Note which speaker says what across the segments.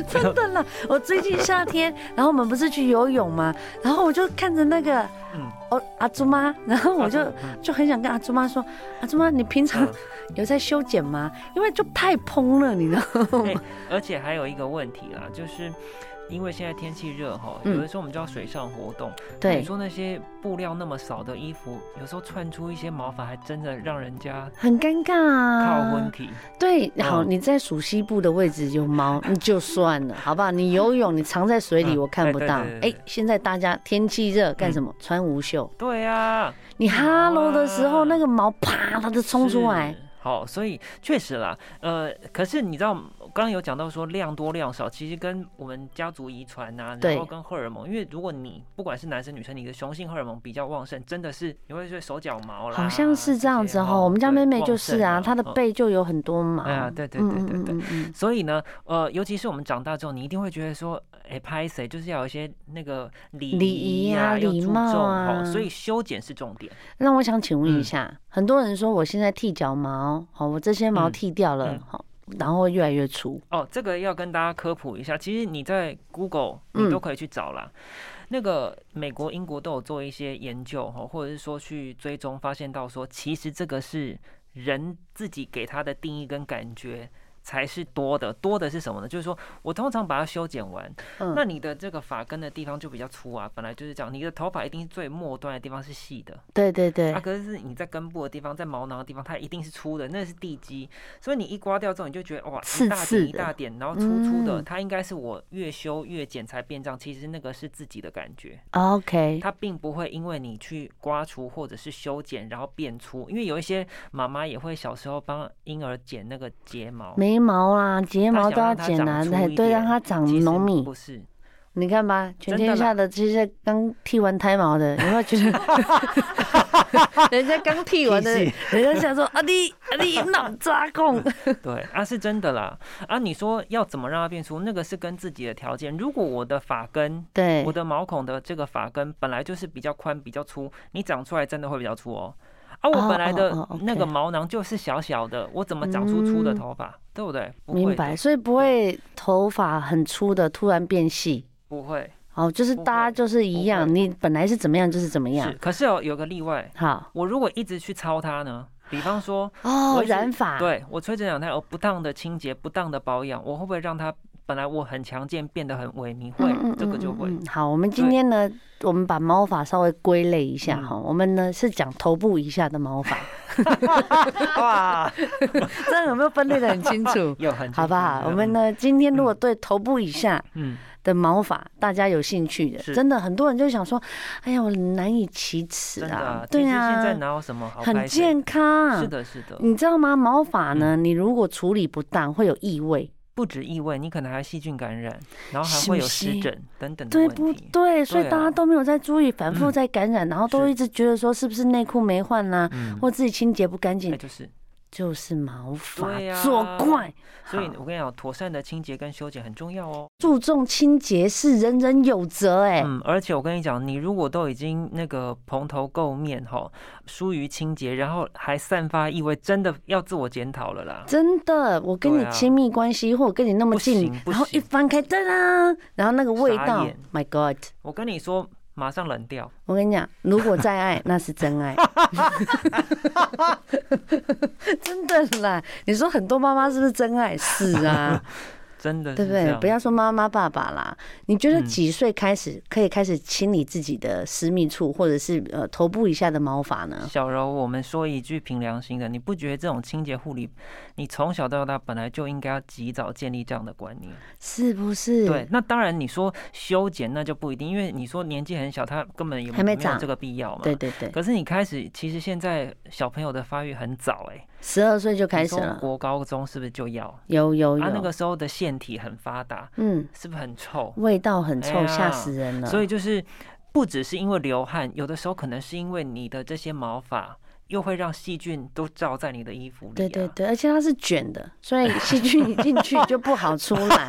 Speaker 1: 真的啦！我最近夏天，然后我们不是去游泳嘛，然后我就看着那个
Speaker 2: 嗯，
Speaker 1: 哦阿朱妈，然后我就
Speaker 2: 啊嗯
Speaker 1: 就很想跟阿朱妈说，阿朱妈，你平常
Speaker 2: 嗯
Speaker 1: 有在修剪吗？因为就太蓬了，你知道吗
Speaker 2: 哎？而且还有一个问题啦，就是因为现在天气热哈，
Speaker 1: 嗯
Speaker 2: 有的时候我们就要水上活动。你
Speaker 1: 对，
Speaker 2: 说那些布料那么少的衣服，有时候窜出一些毛发，还真的让人家
Speaker 1: 很尴尬
Speaker 2: 靠婚
Speaker 1: 啊。
Speaker 2: 体。
Speaker 1: 对，好，
Speaker 2: 嗯
Speaker 1: 你在属西部的位置有 猫，你就算了，好不好？你游泳，你藏在水里，
Speaker 2: 嗯
Speaker 1: 我看不
Speaker 2: 对对
Speaker 1: 到
Speaker 2: 对。对嗯
Speaker 1: 哎
Speaker 2: 对，
Speaker 1: 现在大家天气热，干什么？穿无袖。
Speaker 2: 对啊，
Speaker 1: 你哈喽的时候，
Speaker 2: 哇
Speaker 1: 那个毛啪，它就冲出来
Speaker 2: 是。。好，所以确实啦，呃，可是你知道，刚刚有讲到说量多量少，其实跟我们家族遗传呐、
Speaker 1: 对
Speaker 2: 然后跟荷尔蒙，因为如果你不管是男生女生，你的雄性荷尔蒙比较旺盛，真的是你会说手脚毛啦，
Speaker 1: 好像是这样子
Speaker 2: 些
Speaker 1: 哈，我们家
Speaker 2: 对
Speaker 1: 妹妹
Speaker 2: 旺
Speaker 1: 就是
Speaker 2: 盛
Speaker 1: 啊，她的
Speaker 2: 嗯
Speaker 1: 背就有很多毛。
Speaker 2: 哎呀，对对对
Speaker 1: 嗯
Speaker 2: 对
Speaker 1: 嗯
Speaker 2: 对。
Speaker 1: 嗯嗯，
Speaker 2: 所以呢，呃，尤其是我们长大之后，你一定会觉得说，哎、拍谁就是要有一些那个礼
Speaker 1: 礼仪
Speaker 2: 仪
Speaker 1: 啊
Speaker 2: 啊，要
Speaker 1: 礼
Speaker 2: 注重
Speaker 1: 貌啊
Speaker 2: 哦，所以修剪是重点。
Speaker 1: 让我想请问一
Speaker 2: 嗯
Speaker 1: 下，很多人说我现在剃脚毛，好，我这些毛
Speaker 2: 嗯
Speaker 1: 剃掉了
Speaker 2: 嗯，
Speaker 1: 好，然后越来越粗。
Speaker 2: 哦，这个要跟大家科普一下，其实你在 Google
Speaker 1: 嗯
Speaker 2: 你都可以去找啦。那个美国、英国都有做一些研究哈，哦或者是说去追踪，发现到说，其实这个是人自己给它的定义跟感觉。才是多的，多的是什么呢？就是说我通常把它修剪完，
Speaker 1: 嗯
Speaker 2: 那你的这个发根的地方就比较粗啊，本来就是这样。你的头发一定是最末端的地方是细的，
Speaker 1: 对对对
Speaker 2: 啊，，可是你在根部的地方，在毛囊的地方，它一定是粗的，那是地基。所以你一刮掉之后，你就觉得哇，
Speaker 1: 刺
Speaker 2: 一大
Speaker 1: 刺
Speaker 2: 点一大
Speaker 1: 的
Speaker 2: 点，然后粗粗的，
Speaker 1: 嗯
Speaker 2: 它应该是我越修越剪才变这样。其实那个是自己的感觉，
Speaker 1: 哦 OK，
Speaker 2: 它并不会因为你去刮除或者是修剪然后变粗，因为有一些妈妈也会小时候帮婴儿剪那个睫毛。
Speaker 1: 眉毛啦、睫毛
Speaker 2: 她想
Speaker 1: 都要剪
Speaker 2: 让它长
Speaker 1: 啊，
Speaker 2: 粗
Speaker 1: 哎
Speaker 2: 一
Speaker 1: 对，让
Speaker 2: 点
Speaker 1: 它长
Speaker 2: 其实
Speaker 1: 浓密。
Speaker 2: 不是，
Speaker 1: 你看吧，全
Speaker 2: 真的
Speaker 1: 天下
Speaker 2: 啦
Speaker 1: 的这些刚剃完胎毛 的，有没有觉得？人家刚剃完的，
Speaker 2: 屁
Speaker 1: 人家想说啊你啊你脑扎控，
Speaker 2: 对啊，是真的啦。啊，你说要怎么让它变粗，那个是跟自己的条件。如果我的发根
Speaker 1: 对
Speaker 2: 我，的毛孔的这个发根本来就是比较宽、比较粗，你长出来真的会比较粗哦。
Speaker 1: 哦
Speaker 2: 啊，我本来的
Speaker 1: 哦哦
Speaker 2: 那个
Speaker 1: OK 嗯
Speaker 2: 毛囊就是小小的，我怎么长出粗的头发？对不对？不
Speaker 1: 明
Speaker 2: 会
Speaker 1: 白，
Speaker 2: 的，
Speaker 1: 所以不会头发很粗的突然变细。
Speaker 2: 不会。
Speaker 1: 哦，就是
Speaker 2: 不
Speaker 1: 大家
Speaker 2: 会
Speaker 1: 就是一
Speaker 2: 不
Speaker 1: 样，
Speaker 2: 会
Speaker 1: 你本来是怎么样就是怎么样
Speaker 2: 是，。可是哦，有个例外，
Speaker 1: 好
Speaker 2: 我如果一直去操它呢，比方说，
Speaker 1: 哦
Speaker 2: 我，一直
Speaker 1: 染发，
Speaker 2: 对我吹着两胎，我不当的清洁、不当的保养，我会不会让它本来我很强健变得很萎靡？会，这个就会。
Speaker 1: 嗯嗯嗯好，我们今天呢，我们把毛发稍微归类一下
Speaker 2: 嗯
Speaker 1: 哈、我们呢是讲头部以下的毛发，
Speaker 2: 哇，？
Speaker 1: 这样有没有分类的很清楚
Speaker 2: 又很
Speaker 1: 好不好？我
Speaker 2: 嗯
Speaker 1: 们？呢，今天如果对头部以下
Speaker 2: 嗯，
Speaker 1: 的毛发大家有兴趣的，
Speaker 2: 是
Speaker 1: 真的很多人就想说，哎呀，我难以启齿
Speaker 2: 真的
Speaker 1: 啊
Speaker 2: 啊，，
Speaker 1: 对
Speaker 2: 其实现在
Speaker 1: 啊，
Speaker 2: 哪有什么好
Speaker 1: 很
Speaker 2: 拍谁
Speaker 1: 健康。
Speaker 2: 是，的，嗯是的。
Speaker 1: 你知道吗？毛发呢，你如果处理不当，会有异味，
Speaker 2: 不止异味，你可能还细菌感染，然后还会有
Speaker 1: 是
Speaker 2: 湿
Speaker 1: 不是
Speaker 2: 疹等等的
Speaker 1: 对
Speaker 2: 嗯问
Speaker 1: 不
Speaker 2: 题。
Speaker 1: 对？所以
Speaker 2: 对啊
Speaker 1: 大家都没有在注意，反复
Speaker 2: 嗯
Speaker 1: 在感染，然后都
Speaker 2: 是
Speaker 1: 一直觉得说是不是内裤没换啦，啊
Speaker 2: 嗯，
Speaker 1: 或自己清洁不干
Speaker 2: 那
Speaker 1: 净，
Speaker 2: 就是
Speaker 1: 就是毛发
Speaker 2: 对呀
Speaker 1: 作怪。
Speaker 2: 所以
Speaker 1: 好
Speaker 2: 我跟你讲，妥善的清洁跟修剪很重要哦。
Speaker 1: 注重清洁是人人有责、哎、
Speaker 2: 嗯，而且我跟你讲，你如果都已经那个蓬头垢面哈，疏于清洁，然后还散发异味，真的要自我检讨了啦。
Speaker 1: 真的，我跟
Speaker 2: 对
Speaker 1: 你
Speaker 2: 啊
Speaker 1: 亲密关系，或我跟你那么近
Speaker 2: 不行，不
Speaker 1: 然后一
Speaker 2: 行
Speaker 1: 翻开，噔啦，然后那个味
Speaker 2: 傻
Speaker 1: 道
Speaker 2: 眼
Speaker 1: ，My God！
Speaker 2: 我跟你说，马上冷掉。
Speaker 1: 我跟你讲，如果再爱，那是真 爱，真的啦。你说很多妈妈是不是真爱？是啊，
Speaker 2: 真的
Speaker 1: 对
Speaker 2: 是
Speaker 1: 不
Speaker 2: 这
Speaker 1: 对？
Speaker 2: 样
Speaker 1: 不要说妈妈爸爸啦，你觉得
Speaker 2: 嗯
Speaker 1: 几岁开始可以开始清理自己的私密处，或者是呃头部以下的毛发呢？
Speaker 2: 小柔，我们说一句凭良心的，你不觉得这种清洁护理，你从小到大本来就应该要及早建立这样的观念？
Speaker 1: 是不是？
Speaker 2: 对，，那当然你说修剪那就不一定，因为你说年纪很小，他根本也
Speaker 1: 还没
Speaker 2: 没
Speaker 1: 长
Speaker 2: 有这个必要嘛。
Speaker 1: 对对对，
Speaker 2: 可是你开始，其实现在小朋友的发育很早、欸，哎，
Speaker 1: 十二岁就开始
Speaker 2: 中
Speaker 1: 了，
Speaker 2: 国高中是不是就要？啊，
Speaker 1: 有有有，
Speaker 2: 那个时候的腺体很发达，
Speaker 1: 嗯，
Speaker 2: 是不是很臭？
Speaker 1: 味道很臭，
Speaker 2: 哎呀
Speaker 1: 吓、死人了。
Speaker 2: 所以就是不只是因为流汗，有的时候可能是因为你的这些毛发又会让细菌都罩在你的衣服里、啊。
Speaker 1: 对对对，而且它是卷的，所以细菌一进去就不好出来。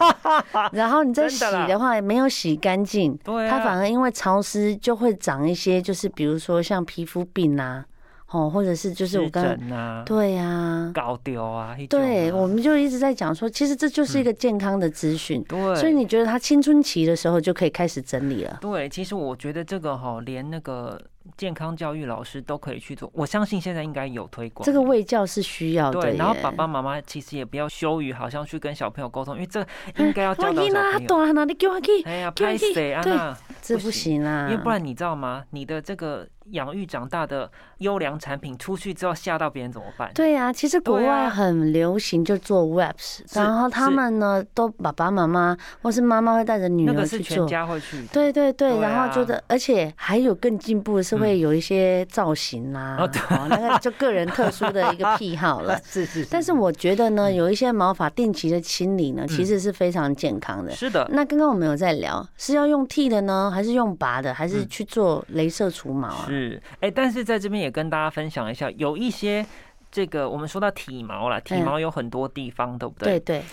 Speaker 1: 然后你再洗
Speaker 2: 真的啦
Speaker 1: 的话，也没有洗干净，
Speaker 2: 对啊，
Speaker 1: 它反而因为潮湿就会长一些，就是比如说像皮肤病啊，哦，或者是就是我
Speaker 2: 湿
Speaker 1: 刚刚
Speaker 2: 疹啊，
Speaker 1: 对呀、
Speaker 2: 搞丢啊，那种啊
Speaker 1: 对，我们就一直在讲说，其实这就是一个健康的资讯。
Speaker 2: 对，
Speaker 1: 所以你觉得他青春期的时候就可以开始整理了？
Speaker 2: 对，其实我觉得这个哈，连那个健康教育老师都可以去做，我相信现在应该有推广
Speaker 1: 这个。卫教是需要的
Speaker 2: 对，
Speaker 1: 耶。
Speaker 2: 然后爸爸妈妈其实也不要羞于好像去跟小朋友沟通，因为这
Speaker 1: 嗯
Speaker 2: 应该要教
Speaker 1: 万
Speaker 2: 导
Speaker 1: 一
Speaker 2: 小
Speaker 1: 呢，他
Speaker 2: 朋友。
Speaker 1: 短了，你给我去，
Speaker 2: 哎呀，
Speaker 1: 叫他
Speaker 2: 拍
Speaker 1: 去
Speaker 2: 谁啊？
Speaker 1: 对嗯
Speaker 2: 那
Speaker 1: 这
Speaker 2: 不
Speaker 1: 不行啦，
Speaker 2: 因为不然你知道吗？你的这个养育长大的优良产品出去之后吓到别人怎么办？
Speaker 1: 对呀、其实国
Speaker 2: 对
Speaker 1: 外
Speaker 2: 啊
Speaker 1: 很流行就做 webs，然后他
Speaker 2: 是
Speaker 1: 们呢都爸爸妈妈或是妈妈会带着女
Speaker 2: 那
Speaker 1: 儿
Speaker 2: 个
Speaker 1: 去做
Speaker 2: 是全。家会去的。
Speaker 1: 对对对，
Speaker 2: 对
Speaker 1: 然后
Speaker 2: 啊嗯
Speaker 1: 觉得，而且还有更进步的是会有一些造型啦、
Speaker 2: 哦对。
Speaker 1: 哦，那个就个人特殊的一个癖好了
Speaker 2: 是是
Speaker 1: 但是我觉得
Speaker 2: 嗯
Speaker 1: 呢，有一些毛发定期的清理呢，其实是非常健康的。
Speaker 2: 是的，
Speaker 1: 那刚刚我们有在聊，是要用剃的呢，还是用拔的，还是
Speaker 2: 嗯
Speaker 1: 去做镭射除毛啊？
Speaker 2: 是哎、但是在这边也跟大家分享一下，有一些这个我们说到体毛啦，体
Speaker 1: 嗯
Speaker 2: 毛有很多地方，对不对？
Speaker 1: 对对，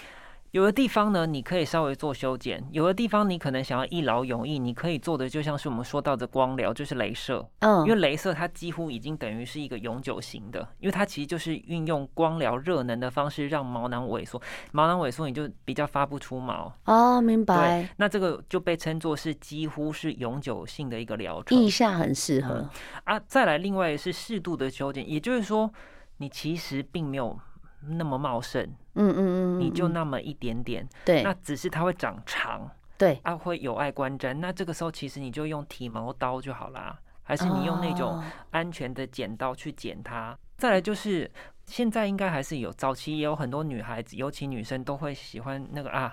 Speaker 2: 有的地方呢，你可以稍微做修剪；有的地方你可能想要一劳永逸，你可以做的就像是我们说到的光疗，就是镭射，
Speaker 1: 嗯
Speaker 2: 因，为镭射它几乎已经等于是一个永久型的，因为它其实就是运用光疗热能的方式让毛囊萎缩，毛囊萎缩你就比较发不出毛，
Speaker 1: 哦，明
Speaker 2: 对
Speaker 1: 白，，
Speaker 2: 那这个就被称作是几乎是永久性的一个疗程
Speaker 1: 腋下很适合。
Speaker 2: 啊。再来，另外是适度的修剪，也就是说你其实并没有那么茂盛，
Speaker 1: 嗯嗯嗯，嗯
Speaker 2: 你就
Speaker 1: 嗯
Speaker 2: 那么一点点，
Speaker 1: 对
Speaker 2: 那只是它会长长。
Speaker 1: 对，
Speaker 2: 啊，会有碍观瞻。那这个时候，其实你就用体毛刀就好啦，还是你用那种
Speaker 1: 哦
Speaker 2: 安全的剪刀去剪它。再来就是，现在应该还是有，早期也有很多女孩子，尤其女生都会喜欢那个啊，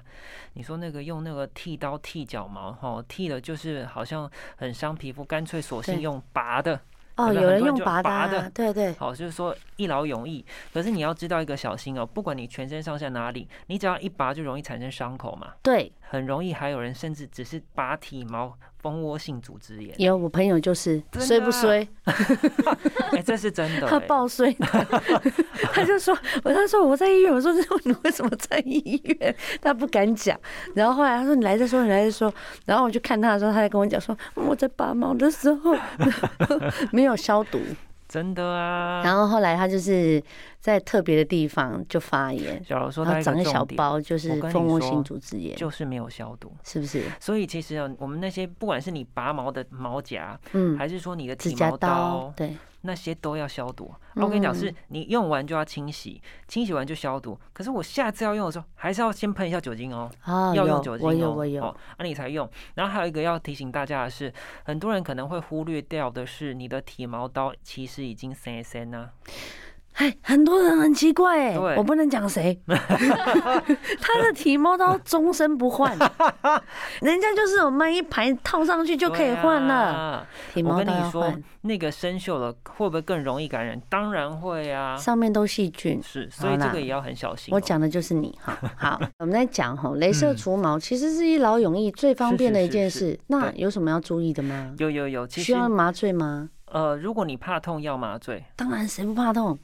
Speaker 2: 你说那个用那个剃刀剃脚毛，吼，剃了就是好像很伤皮肤，干脆索性
Speaker 1: 对
Speaker 2: 用拔的。
Speaker 1: 哦，
Speaker 2: 可能
Speaker 1: 有
Speaker 2: 很
Speaker 1: 人
Speaker 2: 多人
Speaker 1: 用
Speaker 2: 就
Speaker 1: 拔的
Speaker 2: 拔
Speaker 1: 啊，
Speaker 2: 的
Speaker 1: 对对，
Speaker 2: 好，就是说一劳永逸。可是你要知道一个小心哦，不管你全身上下哪里，你只要一拔就容易产生伤口嘛。
Speaker 1: 对，
Speaker 2: 很容易还有人甚至只是拔体毛蜂窝性组 织炎，
Speaker 1: 有我朋友就是
Speaker 2: 真的啊
Speaker 1: 衰不衰，
Speaker 2: 哎、这是真 的、
Speaker 1: 他
Speaker 2: 哎
Speaker 1: 爆 衰的，他就说，我他说我在医院，我说你为什么在医院？他不敢讲，然后后来他说你来再说，你来再说，然后我去看他的时候，他在跟我讲说我在拔毛的时候 没有消毒，
Speaker 2: 真的啊。
Speaker 1: 然后后来他就是在特别的地方就发炎，
Speaker 2: 小柔说
Speaker 1: 然
Speaker 2: 到
Speaker 1: 后
Speaker 2: 一
Speaker 1: 长
Speaker 2: 个
Speaker 1: 个小
Speaker 2: 重点，
Speaker 1: 包，就是
Speaker 2: 我跟你
Speaker 1: 蜂窝
Speaker 2: 说
Speaker 1: 性组织炎，
Speaker 2: 就是没有消毒。
Speaker 1: 是不是？
Speaker 2: 所以其实啊，我们那些不管是你拔毛的毛夹，
Speaker 1: 嗯，
Speaker 2: 还是说你的
Speaker 1: 指
Speaker 2: 体
Speaker 1: 甲
Speaker 2: 毛
Speaker 1: 刀
Speaker 2: 刀，
Speaker 1: 对。嗯
Speaker 2: 那些都要消毒。啊我跟你讲，是你用完就要清洗，清洗完就消毒。可是我下次要用的时候，还是要先喷一下酒精哦。
Speaker 1: 哦，
Speaker 2: 要
Speaker 1: 有
Speaker 2: 用酒精、哦，
Speaker 1: 我有我有，
Speaker 2: 哦，啊你才用。然后还有一个要提醒大家的是，很多人可能会忽略掉的是，你的体毛刀其实已经生生啊，
Speaker 1: 哎，很多人很奇怪哎，
Speaker 2: 对
Speaker 1: 我不能讲 谁，他的体毛刀终身不换，人家就是有卖一排套上去就可以换
Speaker 2: 对
Speaker 1: 了，
Speaker 2: 啊
Speaker 1: 体
Speaker 2: 我
Speaker 1: 毛
Speaker 2: 跟
Speaker 1: 刀要
Speaker 2: 你说
Speaker 1: 换，，
Speaker 2: 那个生锈了会不会更容易感染？当然会啊，哦
Speaker 1: 上面都细菌。
Speaker 2: 是，所以
Speaker 1: 好啦
Speaker 2: 这个也要很小心、
Speaker 1: 我，讲的就是你 哈，好，我们在讲哈，镭射除毛其实是一劳永逸最方便的一件
Speaker 2: 嗯是是
Speaker 1: 事。那
Speaker 2: 对
Speaker 1: 有什么要注意的吗？
Speaker 2: 有有有，其
Speaker 1: 需
Speaker 2: 实
Speaker 1: 要麻醉吗？
Speaker 2: 呃，如果你怕痛要麻醉，
Speaker 1: 当然，谁不怕痛？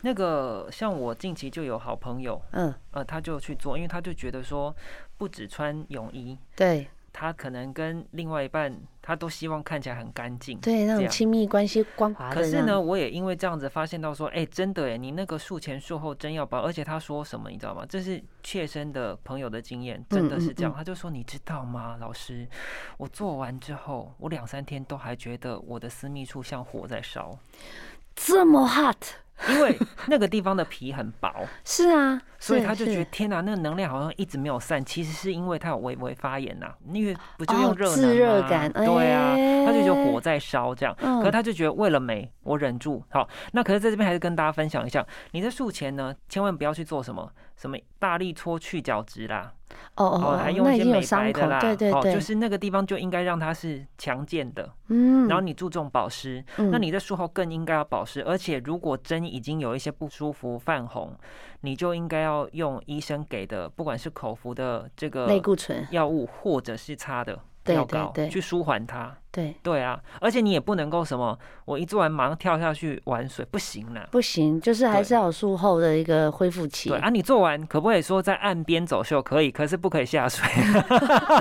Speaker 2: 那个像我近期就有好朋友，
Speaker 1: 嗯，
Speaker 2: 呃，他就去做，因为他就觉得说，不只穿泳衣，
Speaker 1: 对
Speaker 2: 他可能跟另外一半，他都希望看起来很干净。
Speaker 1: 对，那
Speaker 2: 这
Speaker 1: 种
Speaker 2: 样啊
Speaker 1: 亲密关系光滑的。
Speaker 2: 可是呢，，我也因为这样子发现到说，哎、真的哎，你那个术前术后真要保，而且他说什么，你知道吗？这是切身的朋友的经验，真的是这
Speaker 1: 嗯
Speaker 2: 样。
Speaker 1: 嗯
Speaker 2: 他就说，你知道吗，老师，我做完之后，我两三天都还觉得我的私密处像火在 烧，
Speaker 1: 这么 hot，
Speaker 2: 因为那个地方的皮很 薄，
Speaker 1: 是啊，
Speaker 2: 所以
Speaker 1: 是
Speaker 2: 他就是觉得天哪、那能量好像一直没有散。其实是因为他有微微发炎呐、啊因为不就
Speaker 1: 哦
Speaker 2: 用热能、吗？啊
Speaker 1: 自热感
Speaker 2: 对啊，
Speaker 1: 哎
Speaker 2: 他就觉得火在烧这样。
Speaker 1: 嗯
Speaker 2: 可是他就觉得为了美，我忍住。好，那可是在这边还是跟大家分享一下，你在术前呢，千万不要去做什么什么大力搓去角质啦，
Speaker 1: 哦哦哦，
Speaker 2: 还用
Speaker 1: 那
Speaker 2: 一
Speaker 1: 已
Speaker 2: 些
Speaker 1: 经有
Speaker 2: 美
Speaker 1: 伤
Speaker 2: 白
Speaker 1: 口
Speaker 2: 的啦，，
Speaker 1: 对对
Speaker 2: 哦，
Speaker 1: 对，
Speaker 2: 就是那个地方就应该让它是强健的，
Speaker 1: 嗯，
Speaker 2: 然后你注重保湿，
Speaker 1: 嗯
Speaker 2: 那你在术后更应该要保湿，而且如果针已经有一些不舒服、泛红，你就应该要用医生给的，不管是口服的这
Speaker 1: 嗯类
Speaker 2: 个
Speaker 1: 固醇，
Speaker 2: 药物，或者是擦的
Speaker 1: 对
Speaker 2: 药
Speaker 1: 对
Speaker 2: 膏
Speaker 1: 对
Speaker 2: 去舒缓它。
Speaker 1: 对，
Speaker 2: 对啊，而且你也不能够什么，我一做完马上跳下去玩水，不行啦。
Speaker 1: 不行，就是还
Speaker 2: 对
Speaker 1: 是要有术后的一个恢复期
Speaker 2: 对。啊，你做完可不可以说在岸边走秀？可以，可是不可以下水。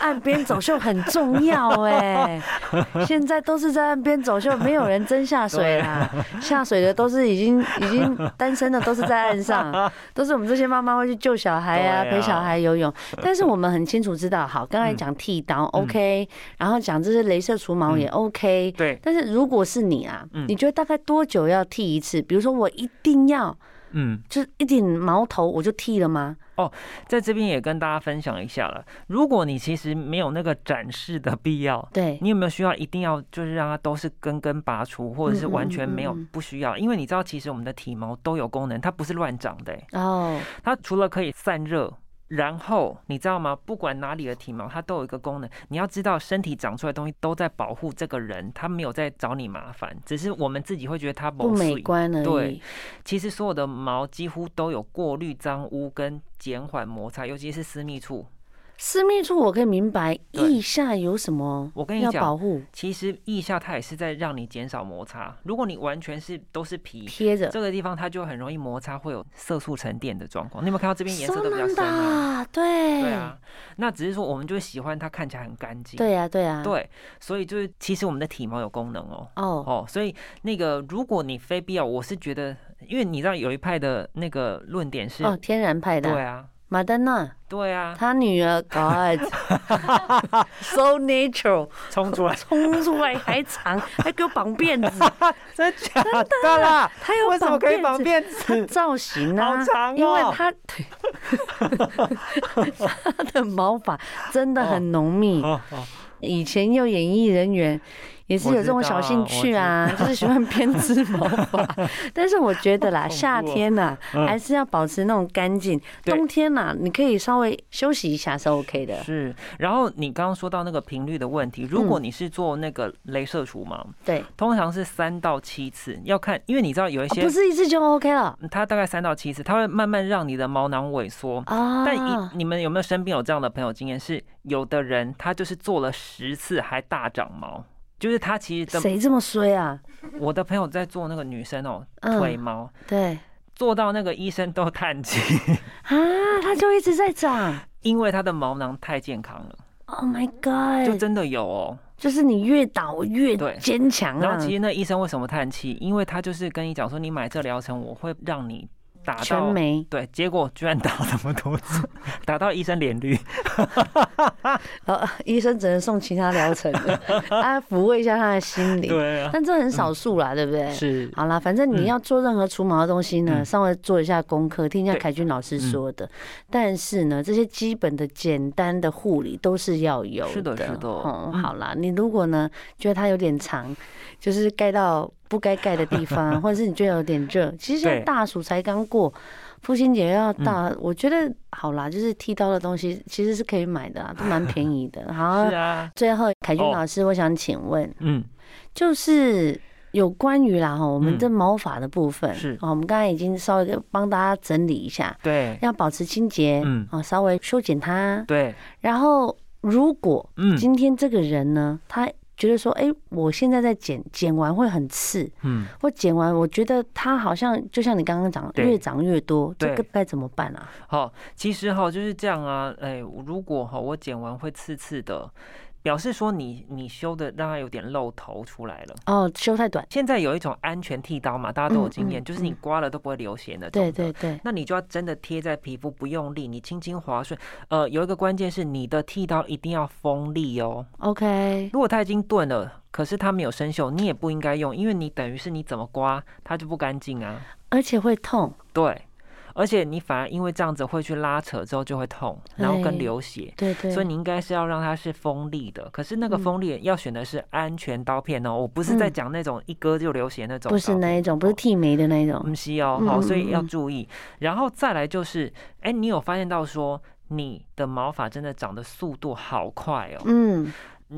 Speaker 1: 岸边走秀很重要哎、 现在都是在岸边走秀，没有人真下水啦，下水的都是已经已经单身的，都是在岸上，都是我们这些妈妈会去救小孩啊，
Speaker 2: 对啊
Speaker 1: 陪小孩游泳。但是我们很清楚知道，好，刚才讲剃刀、OK，然
Speaker 2: 嗯
Speaker 1: 后讲这些镭射除毛也 OK，、
Speaker 2: 对，
Speaker 1: 但是如果是你啊，
Speaker 2: 嗯
Speaker 1: 你觉得大概多久要剃一次？比如说我一定要
Speaker 2: 嗯，
Speaker 1: 就是一顶毛头我就剃了吗？
Speaker 2: 在这边也跟大家分享一下了。如果你其实没有那个展示的必要，
Speaker 1: 对，
Speaker 2: 你有没有需要一定要就是让它都是根根拔除，或者是完全没有
Speaker 1: 嗯嗯嗯嗯
Speaker 2: 不需要？因为你知道，其实我们的体毛都有功能，它不是乱长的、欸
Speaker 1: 哦，
Speaker 2: 它除了可以散热。然后你知道吗？不管哪里的体毛，它都有一个功能。你要知道，身体长出来的东西都在保护这个人，他没有在找你麻烦，只是我们自己会觉得它
Speaker 1: 不
Speaker 2: 不
Speaker 1: 美观而已。
Speaker 2: 对其实所有的毛几乎都有过滤脏污跟减缓摩擦，尤其是私密处。
Speaker 1: 私密处我可以明白，
Speaker 2: 对
Speaker 1: 腋下有什么
Speaker 2: 我跟你
Speaker 1: 要
Speaker 2: 讲，
Speaker 1: 保护？
Speaker 2: 其实腋下它也是在让你减少摩擦。如果你完全是都是皮，
Speaker 1: 贴着。
Speaker 2: 这个地方它就很容易摩擦，会有色素沉淀的状况。你有没有看到这边颜色都比较
Speaker 1: 真
Speaker 2: 深
Speaker 1: 的
Speaker 2: 啊？
Speaker 1: 啊，对，
Speaker 2: 对啊，那只是说我们就喜欢它看起来很干净。
Speaker 1: 对呀，对啊呀，
Speaker 2: 对所以就是其实我们的体毛有功能哦。
Speaker 1: 哦，
Speaker 2: 哦，所以那个如果你非必要，我是觉得，因为你知道有一派的那个论点是，
Speaker 1: 哦，天然派
Speaker 2: 对
Speaker 1: 的
Speaker 2: 啊，
Speaker 1: 马丹娜，
Speaker 2: 对啊，
Speaker 1: 她女 儿 God，so natural，
Speaker 2: 冲 出来，
Speaker 1: 冲出来还长，还给我绑辫子，
Speaker 2: 真假的啦？
Speaker 1: 她有
Speaker 2: 为什么可以
Speaker 1: 绑
Speaker 2: 绑
Speaker 1: 辫子。
Speaker 2: 辫子？
Speaker 1: 造型啊，
Speaker 2: 好长哦
Speaker 1: 因为 她 对，她的毛发真的很浓密，
Speaker 2: 哦哦，
Speaker 1: 以前又演艺人员，也是有这种小兴趣啊， 就是喜欢编织毛 发。但是我觉得啦，
Speaker 2: 好恐怖哦
Speaker 1: 夏天呐、
Speaker 2: 嗯
Speaker 1: 还是要保持那种干净。
Speaker 2: 对
Speaker 1: 冬天呐、你可以稍微休息一下是 OK 的。
Speaker 2: 是。然后你刚刚说到那个频率的问题，如果你是做那个镭射除毛，
Speaker 1: 对，
Speaker 2: 通常是三到七次，要看，因为你知道有一
Speaker 1: 哦
Speaker 2: 些
Speaker 1: 不，是一次就 OK 了
Speaker 2: 它大概三到七次，它会慢慢让你的毛囊萎缩。
Speaker 1: 啊。
Speaker 2: 但一你们有没有身边有这样的朋友经验？是有的人他就是做了十次还大长毛，就是他其实的
Speaker 1: 谁这么衰啊？
Speaker 2: 我的朋友在做那个女生哦、腿
Speaker 1: 嗯，
Speaker 2: 毛，
Speaker 1: 对
Speaker 2: 做到那个医生都叹气，
Speaker 1: 啊，它就一直在长。
Speaker 2: 因为他的毛囊太健康了，
Speaker 1: Oh my
Speaker 2: 就
Speaker 1: god！
Speaker 2: 真的有哦、
Speaker 1: 就是你越倒越
Speaker 2: 对
Speaker 1: 坚强
Speaker 2: 然
Speaker 1: 啊
Speaker 2: 后其，实那医生为什么叹气？因为他就是跟你讲说，你买这疗程，我会让你打
Speaker 1: 全
Speaker 2: 到。
Speaker 1: 没。
Speaker 2: 对，结果居然打这么多次， 打到医生脸绿。
Speaker 1: 然后哦 医生只能送其他疗 程，啊，抚慰一下他的心灵。
Speaker 2: 对啊，
Speaker 1: 但这很少数啦，对不对？
Speaker 2: 嗯是
Speaker 1: 好啦，反正你
Speaker 2: 嗯
Speaker 1: 要做任何除毛的东西呢，
Speaker 2: 嗯
Speaker 1: 稍微做一下功课，听一下
Speaker 2: 对嗯
Speaker 1: 凯军老师说的。但是呢，这些基本的、简单的护理都是要有
Speaker 2: 是的是的
Speaker 1: 哦、
Speaker 2: 嗯
Speaker 1: 好啦，你如果呢觉得它有点长，就是盖到不该盖的地方， 或者是你觉得有点热，其实现在
Speaker 2: 对嗯
Speaker 1: 大暑才刚过。父亲节要到，我觉得好啦，就是剃刀的东西其实是可以买的啊，都蛮便宜的。 好
Speaker 2: 是，啊，
Speaker 1: 最后凯军
Speaker 2: 哦
Speaker 1: 老师，我想请问，
Speaker 2: 嗯，
Speaker 1: 就是有关于啦哈，我们
Speaker 2: 嗯
Speaker 1: 这毛发的部分、
Speaker 2: 是
Speaker 1: 哦，我们刚才已经稍微帮大家整理一下，
Speaker 2: 对
Speaker 1: 要保持清洁，
Speaker 2: 嗯
Speaker 1: 哦，稍微修剪它，
Speaker 2: 对，
Speaker 1: 然后如果
Speaker 2: 嗯，
Speaker 1: 今天这个人呢，他。觉得说，哎、我现在在剪，剪完会很刺，
Speaker 2: 嗯，
Speaker 1: 我剪完我觉得它好像就像你刚刚讲的，
Speaker 2: 对
Speaker 1: 越长越多，这
Speaker 2: 对
Speaker 1: 个该怎么办啊？
Speaker 2: 好，其实哈就是这样啊，哎，如果哈我剪完会刺刺的，表示说你你修的让它有点露头出来了。
Speaker 1: 哦，修太短，
Speaker 2: 现在有一种安全剃刀嘛，大家都有经验，
Speaker 1: 嗯嗯
Speaker 2: 就是你
Speaker 1: 嗯
Speaker 2: 刮了都不会流血那种。
Speaker 1: 对对对，
Speaker 2: 那你就要真的贴在皮肤，不用力，你轻轻划顺。呃，有一个关键是你的剃刀一定要锋利哦。
Speaker 1: ，OK，
Speaker 2: 如果它已经钝了，可是它没有生锈，你也不应该用，因为你等于是你怎么刮它就不干净啊。
Speaker 1: 而且会痛，
Speaker 2: 对，而且你反而因为这样子会去拉扯，之后就会痛，然后
Speaker 1: 哎
Speaker 2: 跟流血。
Speaker 1: 对对，
Speaker 2: 所以你应该是要让它是锋利的，可是那个
Speaker 1: 嗯
Speaker 2: 锋利要选的是安全刀片哦，我不是在
Speaker 1: 嗯
Speaker 2: 讲那种一割就流血那种刀片，
Speaker 1: 不是那一种，不是剃眉的那一种，
Speaker 2: 嗯，是哦，
Speaker 1: 嗯
Speaker 2: 好，
Speaker 1: 嗯
Speaker 2: 所以要
Speaker 1: 嗯嗯
Speaker 2: 注意。然后再来就是，哎、你有发现到说你的毛发真的长的速度好快哦，
Speaker 1: 嗯，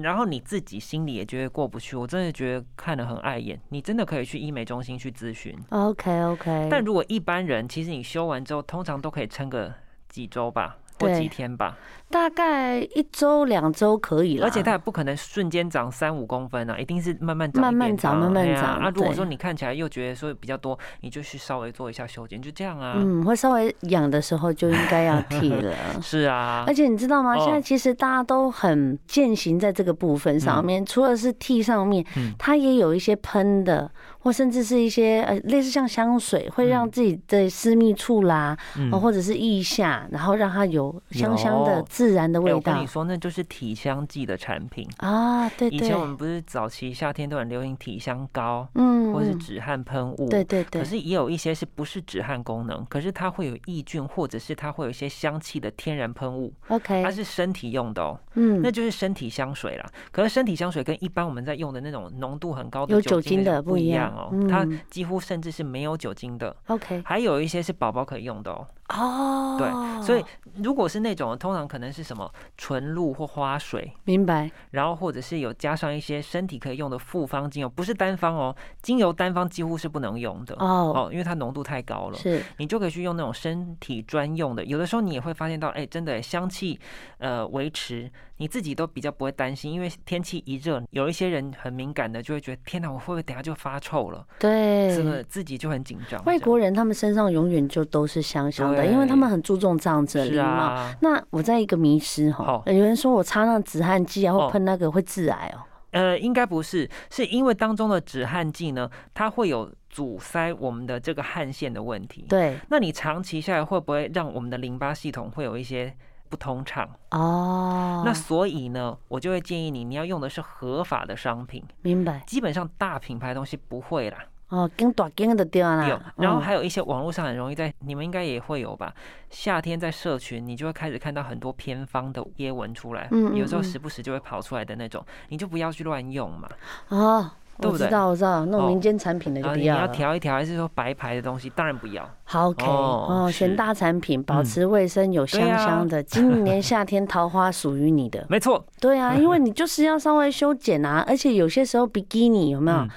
Speaker 2: 然后你自己心里也觉得过不去，我真的觉得看得很碍眼，你真的可以去医美中心去咨询。
Speaker 1: OK OK，
Speaker 2: 但如果一般人，其实你修完之后，通常都可以撑个几周吧。或
Speaker 1: 对
Speaker 2: 几天吧，
Speaker 1: 大概一周两周可以了，
Speaker 2: 而且它也不可能瞬间长三五公分啊，一定是慢慢长一点的啊、
Speaker 1: 慢慢长慢慢
Speaker 2: 哎呀
Speaker 1: 长
Speaker 2: 啊，如果
Speaker 1: 对
Speaker 2: 说你看起来又觉得说比较多，你就去稍微做一下修剪，就这样啊。。
Speaker 1: 嗯，会稍微痒的时候就应该要剃了
Speaker 2: 是 啊，
Speaker 1: 而且你知道吗？
Speaker 2: 哦
Speaker 1: 现在其实大家都很践行在这个部分上面，除了是剃上面
Speaker 2: 嗯，
Speaker 1: 它也有一些喷的，或甚至是一些呃类似像香水，会让自己的私密处啦，
Speaker 2: 嗯
Speaker 1: 哦或者是腋下，然后让它有香香的
Speaker 2: 有
Speaker 1: 自然的
Speaker 2: 哎
Speaker 1: 味
Speaker 2: 我跟
Speaker 1: 道
Speaker 2: 你说，那就是体香剂的产品。
Speaker 1: 啊。对
Speaker 2: 以
Speaker 1: 对
Speaker 2: 前，我们不是早期夏天都很流行体香膏，
Speaker 1: 嗯，
Speaker 2: 或是
Speaker 1: 嗯
Speaker 2: 止汗喷雾。
Speaker 1: 对对
Speaker 2: 可
Speaker 1: 对，
Speaker 2: 是也有一些是不是止汗功能，可是它会有抑菌，或者是它会有一些香气的天然喷雾，它
Speaker 1: OK，
Speaker 2: 是身体用的哦，啊那
Speaker 1: 嗯，
Speaker 2: 就是身体香水啦。可是身体香水跟一般我们在用的那种浓度很高的
Speaker 1: 有酒精
Speaker 2: 那
Speaker 1: 的
Speaker 2: 种
Speaker 1: 不
Speaker 2: 不
Speaker 1: 一
Speaker 2: 一
Speaker 1: 样
Speaker 2: 样哦，它
Speaker 1: 嗯
Speaker 2: 几乎甚至是没有酒精的，
Speaker 1: OK，
Speaker 2: 还有一些是宝宝可以用的哦。
Speaker 1: 哦，
Speaker 2: 对，所以如果是那种，通常可能是什么纯露或花水，
Speaker 1: 明白，
Speaker 2: 然后或者是有加上一些身体可以用的复方精油，不是单方哦，精油单方几乎是不能用的
Speaker 1: 哦，
Speaker 2: 哦，因为它浓度太高了。
Speaker 1: 是，
Speaker 2: 你就可以去用那种身体专用的，有的时候你也会发现到，哎，真的香气，呃，维持你自己都比较不会担心，因为天气一热，有一些人很敏感的就会觉得，天哪，我会不会等下就发臭了？
Speaker 1: 对，
Speaker 2: 这个自己就很紧张。
Speaker 1: 外
Speaker 2: 人
Speaker 1: 国人他们身上永远就都是香香的，
Speaker 2: 对
Speaker 1: 因为他们很注重这样子的
Speaker 2: 是
Speaker 1: 礼貌。
Speaker 2: 啊，
Speaker 1: 那我在一个迷失哈
Speaker 2: 好，
Speaker 1: 有人说我擦那止汗剂啊，或
Speaker 2: 哦
Speaker 1: 喷那个会致癌哦。
Speaker 2: 呃，应该不是，是因为当中的止汗剂呢，它会有阻塞我们的这个汗腺的问题。
Speaker 1: 对，
Speaker 2: 那你长期下来会不会让我们的淋巴系统会有一些不通畅？
Speaker 1: 哦，
Speaker 2: 那所以呢，我就会建议你，你要用的是合法的商品，
Speaker 1: 明白
Speaker 2: 基本上大品牌的东西不会啦。
Speaker 1: 哦，跟短根的掉
Speaker 2: 有
Speaker 1: 啦，，
Speaker 2: 哦然后
Speaker 1: 嗯
Speaker 2: 还有一些网络上很容易在，你们应该也会有吧？夏天在社群，你就会开始看到很多偏方的贴文出来，
Speaker 1: 嗯
Speaker 2: 有时
Speaker 1: 嗯
Speaker 2: 候
Speaker 1: 嗯
Speaker 2: 时不时就会跑出来的那种，你就不要去乱用嘛。
Speaker 1: 哦。
Speaker 2: 对
Speaker 1: 我
Speaker 2: 不
Speaker 1: 知
Speaker 2: 对
Speaker 1: 道，我知道，那种
Speaker 2: 哦
Speaker 1: 民间产品的就
Speaker 2: 然后
Speaker 1: 不
Speaker 2: 你要
Speaker 1: 了。
Speaker 2: 调一调，还是说白牌的东西，当然不要。
Speaker 1: 好，OK，
Speaker 2: 哦
Speaker 1: 哦，选
Speaker 2: 是
Speaker 1: 大产品，保
Speaker 2: 嗯
Speaker 1: 持卫生，有
Speaker 2: 对
Speaker 1: 香
Speaker 2: 啊
Speaker 1: 香的。今年夏天桃花属于你的，
Speaker 2: 没错，
Speaker 1: 对 啊，因为你就是要稍微修剪啊，而且有些时候比基尼有没有？
Speaker 2: 嗯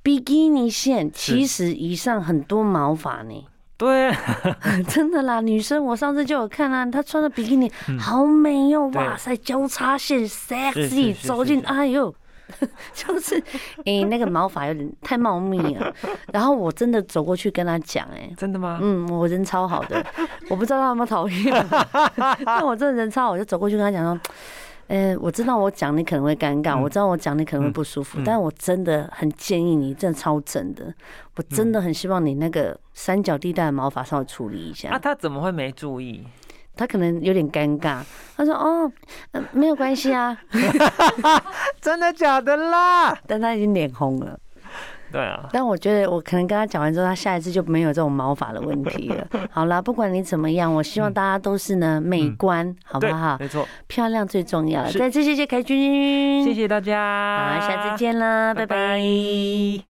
Speaker 1: 比基尼线
Speaker 2: 是
Speaker 1: 其实以上很多毛发呢，
Speaker 2: 对，啊
Speaker 1: 真的啦，女生我上次就有看啊，她穿的比基尼好美哟、
Speaker 2: 嗯对
Speaker 1: 哇塞，交叉线
Speaker 2: 是是
Speaker 1: sexy，
Speaker 2: 是
Speaker 1: 走进
Speaker 2: 是
Speaker 1: 哎呦， 就是诶、那个毛发有点太茂密了， 然后我真的走过去跟她讲哎、
Speaker 2: 真的吗？
Speaker 1: 嗯，我人超好 的，我不知道他有没有讨厌 我，但我真的人超好，我就走过去跟他讲说。呃，我知道我讲你可能会尴尬，
Speaker 2: 嗯
Speaker 1: 我知道我讲你可能会不舒服，
Speaker 2: 嗯嗯
Speaker 1: 但我真的很建议你，真的超正的，我真的很希望你那个三角地带的毛发稍微处理一下。
Speaker 2: 啊，他怎么会没注意？
Speaker 1: 他可能有点尴尬，他说：“哦，呃没有关系啊。
Speaker 2: 真的假的啦？”
Speaker 1: 但他已经脸红了。
Speaker 2: 对啊，
Speaker 1: 但我觉得我可能跟他讲完之后，他下一次就没有这种毛发的问题了。好啦，不管你怎么样，我希望大家都是呢美观，好不
Speaker 2: 对
Speaker 1: 好，？
Speaker 2: 没错，
Speaker 1: 漂亮最重要了。
Speaker 2: 是
Speaker 1: 再次谢谢凯君，
Speaker 2: 谢，谢大家，
Speaker 1: 好，下次，见啦，拜拜
Speaker 2: 拜拜